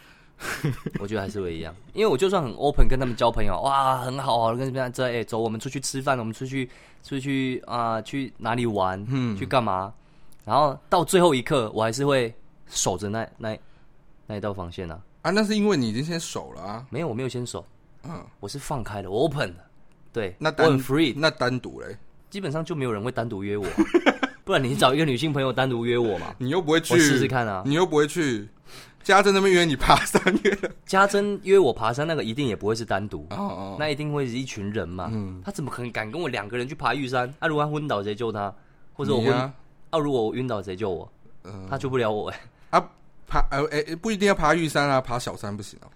Speaker 2: 我觉得还是会一样，因为我就算很 open 跟他们交朋友，哇，很好啊，跟这样这哎走，我们出去吃饭，我们出去出去啊、去哪里玩，
Speaker 1: 嗯
Speaker 2: 去干嘛？然后到最后一刻，我还是会守着那那那一道防线啊。
Speaker 1: 啊，那是因为你已经先守了啊，
Speaker 2: 没有，我没有先守，
Speaker 1: 嗯。
Speaker 2: 我是放开的，我 open 的，对，
Speaker 1: 那
Speaker 2: 我
Speaker 1: 单
Speaker 2: 很 free，
Speaker 1: 那单独嘞，
Speaker 2: 基本上就没有人会单 独约我啊、不然你找一个女性朋友单独约我嘛？
Speaker 1: 你又不会去，
Speaker 2: 我试试 看啊
Speaker 1: 你又不会去。家珍那边约你爬山约 了，
Speaker 2: 家珍约我爬山，那个一定也不会是单独，
Speaker 1: 哦哦，
Speaker 2: 那一定会是一群人嘛。
Speaker 1: 嗯
Speaker 2: 他怎么可能敢跟我两个人去爬玉山？啊，如果他昏倒，谁救他？或者我
Speaker 1: 你
Speaker 2: 昏，
Speaker 1: 啊
Speaker 2: 啊，如果我晕倒，谁救我？
Speaker 1: 嗯
Speaker 2: 他救不了我、哎，
Speaker 1: 啊爬呃哎、哎不一定要爬玉山啊，爬小山不行哦。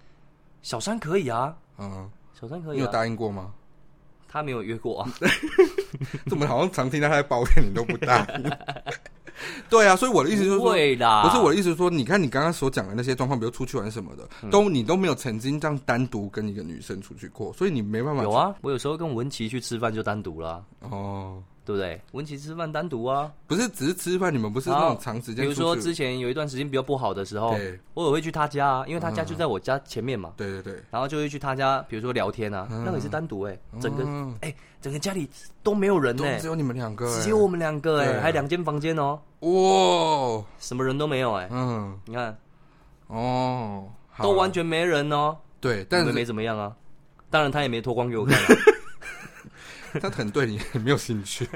Speaker 2: 小山可以啊，
Speaker 1: 嗯，
Speaker 2: 小山可
Speaker 1: 你
Speaker 2: 以
Speaker 1: 有
Speaker 2: 啊。
Speaker 1: 答应过吗？
Speaker 2: 他没有约过啊，
Speaker 1: 怎么好像常听到他在抱怨，你都不答应？ 对啊，所以我的意思就是
Speaker 2: 不
Speaker 1: 说，
Speaker 2: 会啊啦，
Speaker 1: 不是我的意思是说，你看你刚刚所讲的那些状况，比如出去玩什么的，
Speaker 2: 嗯
Speaker 1: 都你都没有曾经这样单独跟一个女生出去过，所以你没办法
Speaker 2: 有啊，我有时候跟文琪去吃饭就单独啦，
Speaker 1: 哦。
Speaker 2: 对不对？文琪吃饭单独啊，
Speaker 1: 不是只是吃饭，你们不是
Speaker 2: 然
Speaker 1: 那
Speaker 2: 后
Speaker 1: 种长时
Speaker 2: 比
Speaker 1: 间
Speaker 2: 如
Speaker 1: 出去，
Speaker 2: 说之前哦有一段时间比较不好的时候
Speaker 1: 对，嗯
Speaker 2: 我也会去他家啊，因为他家就在我家前面嘛，
Speaker 1: 对对对，
Speaker 2: 然后就会去他家，比如说聊天啊，那个也是单独哎、整个哎、
Speaker 1: 嗯
Speaker 2: 整个家里都没有人
Speaker 1: 都
Speaker 2: 哎、
Speaker 1: 只有你们两个、欸，
Speaker 2: 只有我们两个哎、
Speaker 1: 对啊
Speaker 2: 还两间房间哦，
Speaker 1: 哇，
Speaker 2: 什么人都没有哎、
Speaker 1: 嗯，
Speaker 2: 你看
Speaker 1: 哦，好
Speaker 2: 都完全没人哦，
Speaker 1: 对，但
Speaker 2: 你们没
Speaker 1: 是
Speaker 2: 怎么样啊，当然他也没脱光给我看啊、
Speaker 1: 他可能对你 也没有兴趣。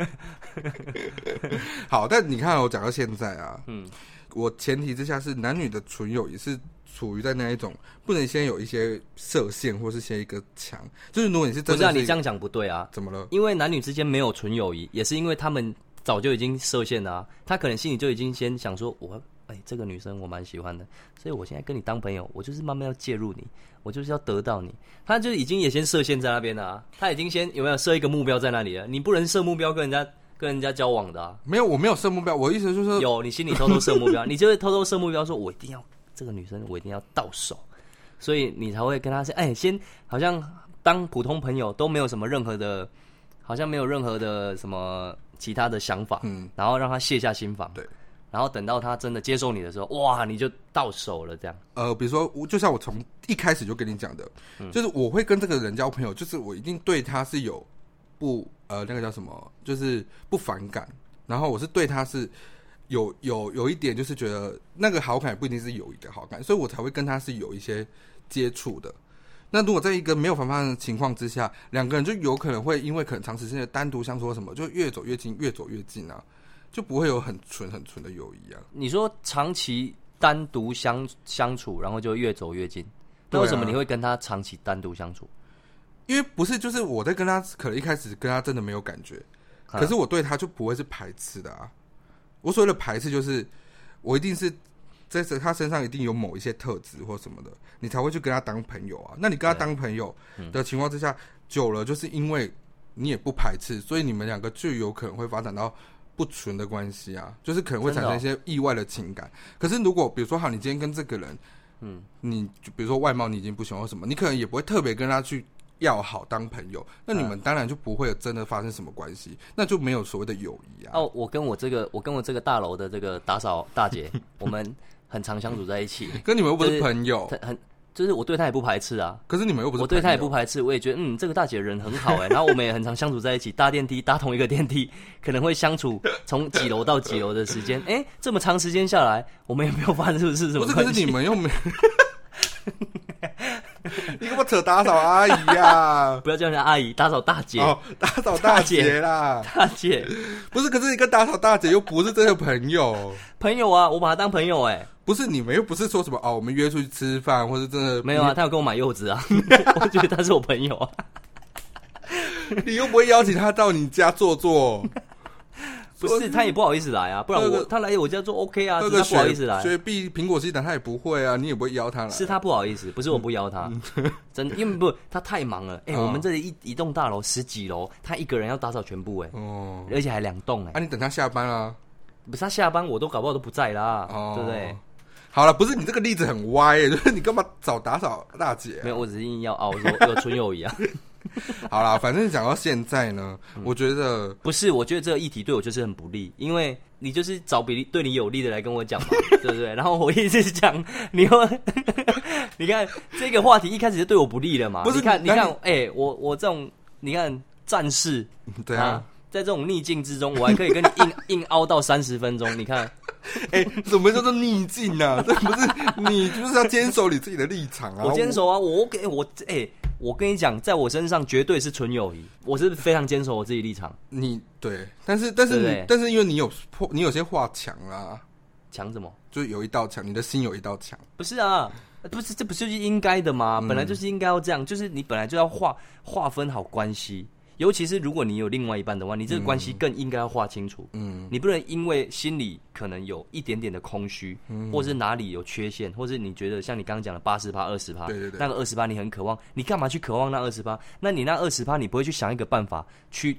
Speaker 1: 好，但你看我讲到现在啊，嗯，我前提之下是男女的纯友也是处于在那一种不能先有一些设限，或是先一个墙。就是如果你是
Speaker 2: 不
Speaker 1: 真
Speaker 2: 是啊？
Speaker 1: 的
Speaker 2: 你这
Speaker 1: 是
Speaker 2: 样讲不对啊，
Speaker 1: 怎么了？
Speaker 2: 因为男女之间没有纯友谊，也是因为他们早就已经设限了、啊，他可能心里就已经先想说，我哎、这个女生我蛮喜欢的，所以我现在跟你当朋友，我就是慢慢要介入你，我就是要得到你。他就已经也先设限在那边了、啊，他已经先有没有设一个目标在那里了？你不能设目标跟人家跟人家交往的、啊，
Speaker 1: 没有，我没有设目标。我的意思就是，
Speaker 2: 有你心里偷偷设目标，你就会偷偷设目标，说我一定要这个女生，我一定要到手，所以你才会跟她说，哎、先好像当普通朋友都没有什么任何的，好像没有任何的什么其他的想法，
Speaker 1: 嗯，
Speaker 2: 然后让她卸下心防，
Speaker 1: 对，
Speaker 2: 然后等到她真的接受你的时候，哇，你就到手了，这样，
Speaker 1: 呃，比如说，我就像我从一开始就跟你讲的，就是我会跟这个人交朋友，就是我一定对他是有不呃那个叫什么，就是不反感，然后我是对他是有有有一点就是觉得那个好感不一定是友谊的好感，所以我才会跟他是有一些接触的。那如果在一个没有防范的情况之下，两个人就有可能会因为可能长时间的单独相处或什么，就越走越近，越走越近啊，就不会有很纯很纯的友谊啊。
Speaker 2: 你说长期单独相相处，然后就越走越近，那
Speaker 1: 对啊
Speaker 2: 为什么你会跟她长期单独相处？
Speaker 1: 因为不是，就是我在跟他，可能一开始跟他真的没有感觉，
Speaker 2: 啊
Speaker 1: 可是我对他就不会是排斥的啊。我所谓的排斥，就是我一定是在他身上一定有某一些特质或什么的，你才会去跟他当朋友啊。那你跟他当朋友的情况之下，久了就是因为你也不排斥，所以你们两个就有可能会发展到不纯的关系啊，就是可能会产生一些意外的情感。可是如果比如说，好，你今天跟这个人，嗯，你就比如说外貌你已经不喜欢或什么，你可能也不会特别跟他去要好当朋友，那你
Speaker 2: 嗯
Speaker 1: 们当然就不会有真的发生什么关系，那就没有所谓的友谊啊。
Speaker 2: 哦，我跟我这个，我跟我这个大楼的这个打扫 大姐，我们很常相处在一起，
Speaker 1: 跟你们又不
Speaker 2: 就是
Speaker 1: 是朋友，
Speaker 2: 她很就是我对她也不排斥啊，
Speaker 1: 可是你们又不是
Speaker 2: 哦我对她也
Speaker 1: 朋友
Speaker 2: 不排斥，我也觉得嗯，这个大姐人很好哎、然后我们也很常相处在一起，搭电梯搭同一个电梯，可能会相处从几楼到几楼的时间，哎、这么长时间下来，我们也没有发生是不是什么
Speaker 1: 不是，
Speaker 2: 关
Speaker 1: 可是
Speaker 2: 系
Speaker 1: 你们又 没。你给我扯打扫阿姨呀、
Speaker 2: 不要叫人家阿姨，打扫大姐，
Speaker 1: 哦，打扫大姐啦，
Speaker 2: 大姐
Speaker 1: 不是，可是你跟打扫大姐又不是真的朋友，
Speaker 2: 朋友啊，我把她当朋友哎、
Speaker 1: 不是你们又不是说什么哦，我们约出去吃饭，或是真的
Speaker 2: 没有啊，她有跟我买柚子啊， 我觉得她是我朋友啊，
Speaker 1: 你又不会邀请她到你家坐坐，
Speaker 2: 不是她也不好意思来啊，不然
Speaker 1: 那
Speaker 2: 我
Speaker 1: 个
Speaker 2: 她来我家做 OK 啊，
Speaker 1: 那
Speaker 2: 只
Speaker 1: 个
Speaker 2: 是她不好
Speaker 1: 雪
Speaker 2: 意思来。
Speaker 1: 雪碧苹果西打她也不会啊，你也不会邀她来，
Speaker 2: 是他不好意思，不是我不邀他，
Speaker 1: 嗯
Speaker 2: 真的，因为不他太 忙了。哎、
Speaker 1: 哦
Speaker 2: 我们这里一一栋大楼十几楼，他一个人要打扫全部、哎、
Speaker 1: 哦，
Speaker 2: 而且还两栋、哎、
Speaker 1: 啊，你等她下班啊，
Speaker 2: 不是他下班我都搞不好都不在啦，
Speaker 1: 哦，
Speaker 2: 对不对？？
Speaker 1: 好了，不是你这个例子很歪、就是你干嘛找打扫大姐啊、
Speaker 2: 没有，我只是硬要哦，我说有纯友谊啊，
Speaker 1: 好啦，反正讲到现在呢，
Speaker 2: 嗯
Speaker 1: 我觉得
Speaker 2: 不是，我觉得这个议题对我就是很不利，因为你就是找比例对你有利的来跟我讲嘛， 对不对？然后我一直讲，你又， 你看这个话题一开始就对我不利了嘛，
Speaker 1: 不是
Speaker 2: 你看，你
Speaker 1: 那你
Speaker 2: 看，哎、我我这种，你看战士，
Speaker 1: 对啊，，
Speaker 2: 在这种逆境之中，我还可以跟你 硬硬凹到三十分钟。你看，
Speaker 1: 哎、什么叫做逆境啊？这不是你就是要坚守你自己的立场啊！
Speaker 2: 我坚守啊，我 OK，我哎、我跟你讲，在我身上绝对是纯友谊，我是非常坚守我自己立场，
Speaker 1: 我你对，但是但是你
Speaker 2: 对不对
Speaker 1: 但是因为你有破，你有些话墙啦，
Speaker 2: 强什么？
Speaker 1: 就有一道墙，你的心有一道墙。
Speaker 2: 不是啊，不是，这不就是应该的吗？
Speaker 1: 嗯
Speaker 2: 本来就是应该要这样，就是你本来就要划划分好关系，尤其是如果你有另外一半的话，你这个关系更应该要划清楚。
Speaker 1: 嗯，
Speaker 2: 你不能因为心里可能有一点点的空虚，
Speaker 1: 嗯
Speaker 2: 或是哪里有缺陷，或是你觉得像你刚刚讲的八十趴、二十趴，
Speaker 1: 对对对
Speaker 2: 那个二十趴你很渴望，你干嘛去渴望那二十趴？那你那二十趴，你不会去想一个办法去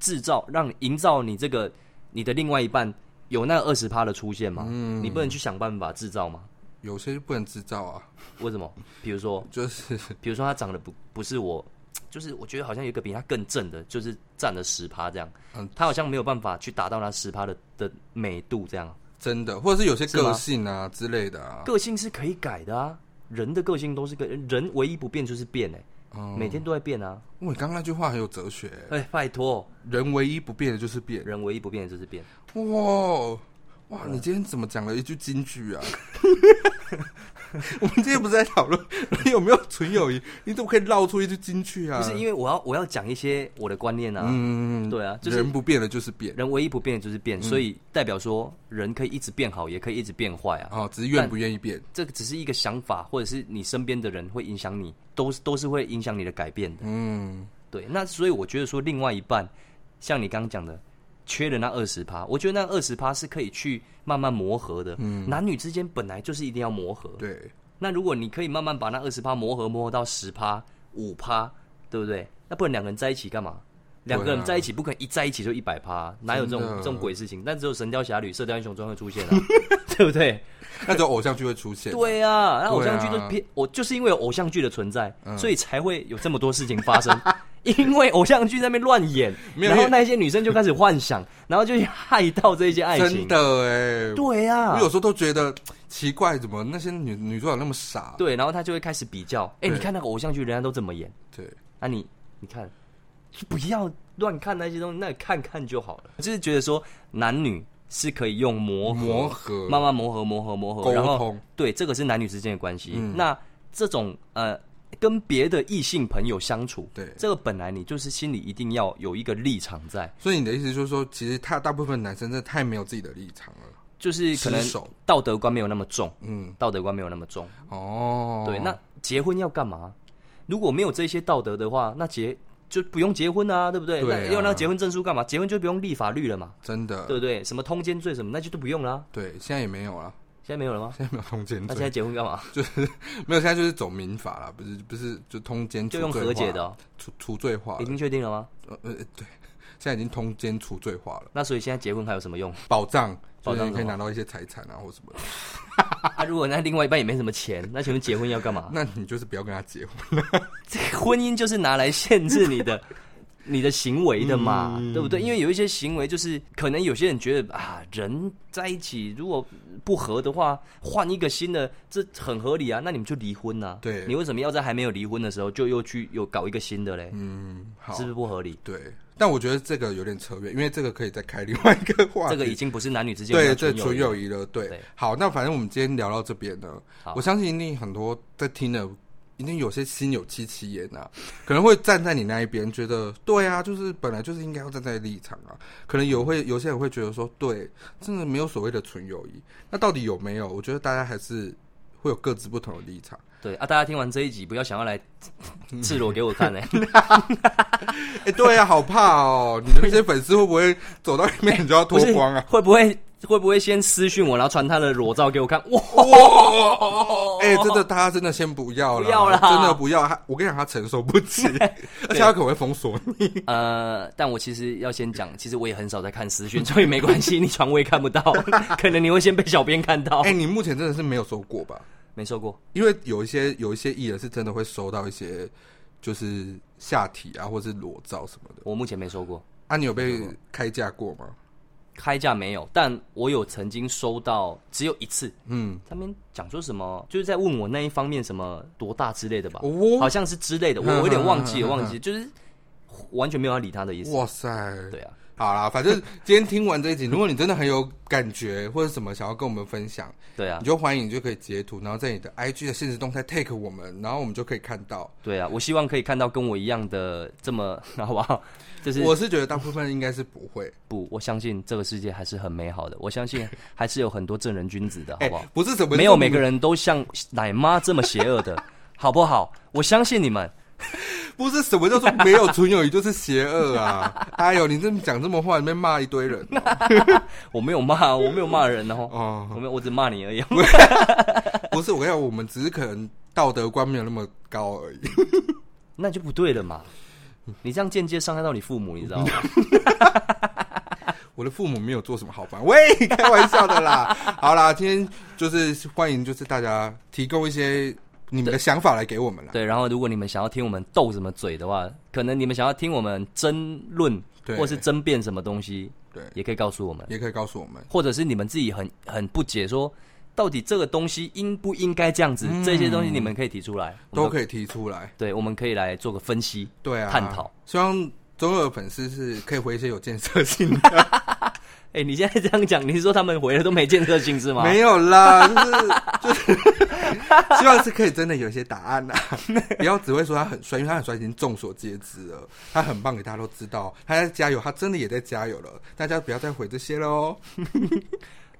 Speaker 2: 制造、让营造你这个你的另外一半有那二十趴的出现吗？
Speaker 1: 嗯
Speaker 2: 你不能去想办法制造吗？
Speaker 1: 有些不能制造啊，
Speaker 2: 为什么？比如说，
Speaker 1: 就是
Speaker 2: 比如说他长得不不是我，就是我觉得好像有一个比他更正的，就是占了十趴这样
Speaker 1: 嗯，
Speaker 2: 他好像没有办法去达到那十趴的的美度这样。
Speaker 1: 真的，或者是有些
Speaker 2: 是吗
Speaker 1: 个性啊之类的啊。
Speaker 2: 个性是可以改的啊，人的个性都是个人唯一不变就是变哎、
Speaker 1: 嗯，
Speaker 2: 每天都在变啊。
Speaker 1: 哇，你刚刚那句话很有哲学、
Speaker 2: 哎、拜托，
Speaker 1: 人唯一不变的就是变。
Speaker 2: 人唯一不变的就是变。
Speaker 1: 哇，我
Speaker 2: 啊
Speaker 1: 哇，你今天怎么讲了一句金句啊？ 我们今天不是在讨论 你有没有纯友谊，你怎么可以绕出一句金句啊？
Speaker 2: 不是因为我要我要讲一些我的观念啊，
Speaker 1: 嗯，
Speaker 2: 对啊就是
Speaker 1: 人嗯不变了就是变，
Speaker 2: 人唯一不变的就是变，所以代表说人可以一直变好，也可以一直变坏啊。
Speaker 1: 哦，只是愿不愿意变。
Speaker 2: 这个只是一个想法，或者是你身边的人会影响你，都是都是会影响你的改变的。
Speaker 1: 嗯，
Speaker 2: 对，那所以我觉得说，另外一半，像你刚刚讲的，缺的那二十趴，我觉得那二十趴是可以去慢慢磨合的。嗯，男女之间本来就是一定要磨合。
Speaker 1: 对，
Speaker 2: 那如果你可以慢慢把那二十趴磨合磨合到十趴、五趴，对不对？那不然两个人在一起干嘛？两个人在一起不可能一在一起就一百趴，哪有这种
Speaker 1: 啊真的
Speaker 2: 这种鬼事情？但只有《神雕侠侣》《射雕英雄传》会出现啊， 对不对？
Speaker 1: 那种偶像剧会出现。
Speaker 2: 对啊，那偶像剧
Speaker 1: 对
Speaker 2: 都
Speaker 1: 啊嗯
Speaker 2: 偏、我就是因为有偶像剧的存在，所以才会有这么多事情 发生。因为偶像剧在那边乱演，
Speaker 1: 没有
Speaker 2: 然后
Speaker 1: 因为
Speaker 2: 那些女生就开始 幻想，然后就去害到这些爱
Speaker 1: 真
Speaker 2: 情。
Speaker 1: 的哎，
Speaker 2: 对啊
Speaker 1: 我，有时候都觉得奇怪，怎么那些女女主角那么傻？
Speaker 2: 对，然后她就会开始比较。哎、
Speaker 1: 对
Speaker 2: 你看那个偶像剧，人家都怎么演？
Speaker 1: 对，
Speaker 2: 啊你，你看，就不要乱看那些东西，那你看看就好了。就是觉得说，男女是可以用磨合
Speaker 1: 磨合
Speaker 2: 慢慢磨合、磨合、磨合，
Speaker 1: 沟
Speaker 2: 然后
Speaker 1: 通
Speaker 2: 对，这个是男女之间的关系。
Speaker 1: 嗯
Speaker 2: 那这种呃，跟别的异性朋友相处，
Speaker 1: 对
Speaker 2: 这个本来你就是心里一定要有一个立场在，
Speaker 1: 所以你的意思就是说，其实他大部分男生真的太没有自己的立场了。
Speaker 2: 就是可能
Speaker 1: 失守
Speaker 2: 道德观没有那么重，
Speaker 1: 嗯，
Speaker 2: 道德观没有那么重。
Speaker 1: 哦，
Speaker 2: 对，那结婚要干嘛？如果没有这些道德的话，那结就不用结婚啊，对不对？
Speaker 1: 对啊呃
Speaker 2: 那要那个结婚证书干嘛？结婚就不用立法律了嘛，
Speaker 1: 真的
Speaker 2: 对不对？什么通奸罪什么，那就都不用啦、
Speaker 1: 对，现在也没有了，
Speaker 2: 现在没有了吗？
Speaker 1: 现在没有通奸
Speaker 2: 那
Speaker 1: 罪，
Speaker 2: 现在结婚干嘛？
Speaker 1: 嗯没有，现在就是走民法了，不是不是就通奸
Speaker 2: 就用
Speaker 1: 除罪
Speaker 2: 和解
Speaker 1: 化
Speaker 2: 的哦
Speaker 1: 除除罪化了，
Speaker 2: 已经确定了吗？
Speaker 1: 呃呃对，现在已经通奸除罪化了，
Speaker 2: 那所以现在结婚还有什么用？
Speaker 1: 保障就
Speaker 2: 保
Speaker 1: 是
Speaker 2: 障
Speaker 1: 你可以
Speaker 2: 什么
Speaker 1: 拿到一些财产啊或什么的，
Speaker 2: 啊，如果那另外一半也没什么钱，那请问结婚要干嘛？
Speaker 1: 那你就是不要跟他结婚，
Speaker 2: 这个 婚姻就是拿来限制你的 你的行为的嘛，
Speaker 1: 嗯
Speaker 2: 对不对？因为有一些行为就是可能有些人觉得啊，人在一起如果不合的话，换一个新的这很合理啊，那你们就离婚呐、啊。
Speaker 1: 对
Speaker 2: 你为什么要在还没有离婚的时候就又去又搞一个新的嘞？
Speaker 1: 嗯，好
Speaker 2: 是，不是不合理？
Speaker 1: 对，但我觉得这个有点扯远，因为这个可以再开另外一个话
Speaker 2: 这
Speaker 1: 题，
Speaker 2: 个已经不是男女之间
Speaker 1: 对，
Speaker 2: 的
Speaker 1: 这
Speaker 2: 纯
Speaker 1: 纯友
Speaker 2: 友
Speaker 1: 谊了。对
Speaker 2: 对，
Speaker 1: 好，那反正我们今天聊到这边呢
Speaker 2: 好，
Speaker 1: 我相信一定很多在听的，一定有些心有戚戚焉啊，可能会站在你那一边，觉得对啊，就是本来就是应该要站在立场啊。可能有会有些人会觉得说，对，真的没有所谓的纯友谊，那到底有没有？我觉得大家还是会有各自不同的立场。
Speaker 2: 对啊，大家听完这一集不要想要来 赤裸给我看嘞、
Speaker 1: 哎、对啊，好怕哦，你的那些粉丝会不会走到里面你就要 脱
Speaker 2: 不是
Speaker 1: 光啊？
Speaker 2: 会不会会不会先私讯我，然后传他的裸照给我看？哇！
Speaker 1: 哎、真的，大家真的先不要了，
Speaker 2: 哦不要啦
Speaker 1: 真的不要。他，我跟你讲，他承受不 起，而且他可能会封锁你。
Speaker 2: 呃，但我其实要先讲，其实我也很少在看私讯，所 以没关系，你传我也看不到， 可能你会先被小编看到。
Speaker 1: 哎、你目前真的是没有收过吧？
Speaker 2: 没收过，
Speaker 1: 因为有一些有一些艺人是真的会收到一些就是下体啊，或是裸照什么的。
Speaker 2: 我目前没收过，
Speaker 1: 啊，你有被开价过吗？
Speaker 2: 开价没有，但我有曾经收到，只有一次。
Speaker 1: 嗯，
Speaker 2: 他们讲说什么，就是在问我那一方面什么多大之类的吧，
Speaker 1: 哦
Speaker 2: 好像是之类的，我
Speaker 1: 嗯
Speaker 2: 我有点忘
Speaker 1: 嗯嗯
Speaker 2: 记，
Speaker 1: 嗯哦
Speaker 2: 了，忘记，就是完全没有要理他的意思。
Speaker 1: 哇塞，
Speaker 2: 对啊，
Speaker 1: 好啦，反正今天听完这一集，如果你真的很有感觉或者什么想要跟我们分享，
Speaker 2: 对啊
Speaker 1: 你，就欢迎你就可以截图，然后在你的 IG 的现实动态 take 我们，然后我们就可以看到。
Speaker 2: 对啊，我希望可以看到跟我一样的这么 好不好？就是
Speaker 1: 我是觉得大部分应该是不会。
Speaker 2: 不，我相信这个世界还是很美好的，我 相信还是有很多正人君子的，好
Speaker 1: 哎、
Speaker 2: 不好？
Speaker 1: 不是什么
Speaker 2: 没有每个，人都像奶妈这么邪恶的， 好不好？我相信你们。
Speaker 1: 不是什么叫做没有纯友谊就是邪恶啊！ 哎呦，你这么讲这么坏，你被骂一堆人哦、
Speaker 2: 我没有骂，我没有骂人哦，
Speaker 1: 哦
Speaker 2: 我没有，我只骂你而已。
Speaker 1: 不是，我跟你讲，我们只是可能道德观没有那么高而已。
Speaker 2: 那就不对了嘛，
Speaker 1: 嗯
Speaker 2: 你这样间接伤害到你父母，你知道 吗？
Speaker 1: 我的父母没有做什么好烦，喂，开玩笑的啦。 好啦，今天就是欢迎，就是大家提供一些你们的想法来给我们啦。
Speaker 2: 对，然后如果你们想要听我们斗什么嘴的话，可能你们想要听我们争论
Speaker 1: 对
Speaker 2: 或是争辩什么东西，
Speaker 1: 对，
Speaker 2: 也可以告诉我们，
Speaker 1: 也可以告诉我们。
Speaker 2: 或者是你们自己很很不解说。到底这个东西应不应该这样子？这些东西你们可以提出来，我
Speaker 1: 嗯
Speaker 2: 们
Speaker 1: 都可以提出来，
Speaker 2: 对，我们可以来做个分析。
Speaker 1: 对啊，
Speaker 2: 探讨。
Speaker 1: 希望中二的粉丝是可以回一些有建设性的，
Speaker 2: 哎、你现在这样讲，你是说他们回了都没建设性是吗？
Speaker 1: 没有啦，就是就是， 希望是可以真的有一些答案啦、 不要只会说他很帅，因为他很帅已经众所皆知了，他很棒，给大家都知道，他在加油，他真的也在加油了，大家不要再回这些喽。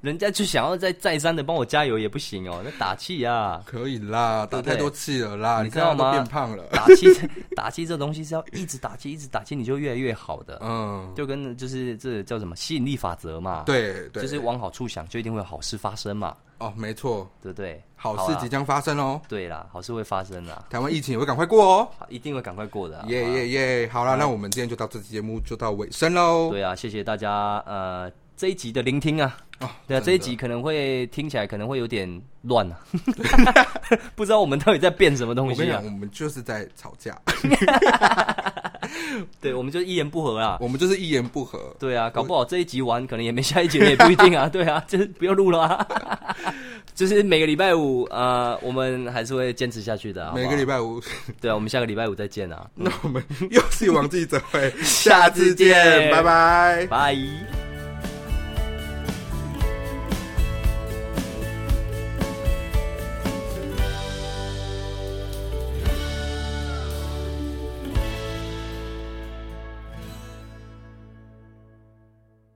Speaker 2: 人家就想要再再三的帮我加油也不行哦，那打 气啊，
Speaker 1: 可以啦，打
Speaker 2: 对不对
Speaker 1: 太多气了啦，
Speaker 2: 你
Speaker 1: 你
Speaker 2: 知
Speaker 1: 看
Speaker 2: 道
Speaker 1: 他
Speaker 2: 吗
Speaker 1: 都变胖了，
Speaker 2: 打气这打气这东西是要一直打气，一直打气，你就越来越好的，
Speaker 1: 嗯，
Speaker 2: 就跟就是这叫什么吸引力法则嘛，，
Speaker 1: 对对，
Speaker 2: 就是往好处想，就一定会有好事发生嘛，
Speaker 1: 哦，没错，
Speaker 2: 对不对？
Speaker 1: 好事
Speaker 2: 啦
Speaker 1: 即将发生哦，
Speaker 2: 对啦，好事会发生啦，
Speaker 1: 台湾疫情也会赶快过哦。
Speaker 2: 好一定会赶快过的、啊，
Speaker 1: 耶
Speaker 2: 好吧
Speaker 1: 耶耶！好啦，那我们今天就到这期节目就到尾声喽。
Speaker 2: 对啊，谢谢大家呃这一集的聆听啊，
Speaker 1: 哦，
Speaker 2: 对
Speaker 1: 真的
Speaker 2: 啊，这一集可能会听起来可能会有点乱 啊，不知道我们到底在变什么东
Speaker 1: 我跟你
Speaker 2: 西啊
Speaker 1: 讲，我？们就是在吵架，
Speaker 2: 对，我们就一言不合啊。
Speaker 1: 我们就是一言不合。
Speaker 2: 对啊，搞不好这一集完可能也没下一集了，也不一定啊。对 啊，就是不要录了、啊。就是每个礼拜五，呃，我们还是会坚持下去的好不好
Speaker 1: 每个礼拜 五，
Speaker 2: 对啊，我们下个礼拜五再见啊，
Speaker 1: 那我们又是王记者会，下次见，拜拜。
Speaker 2: 拜。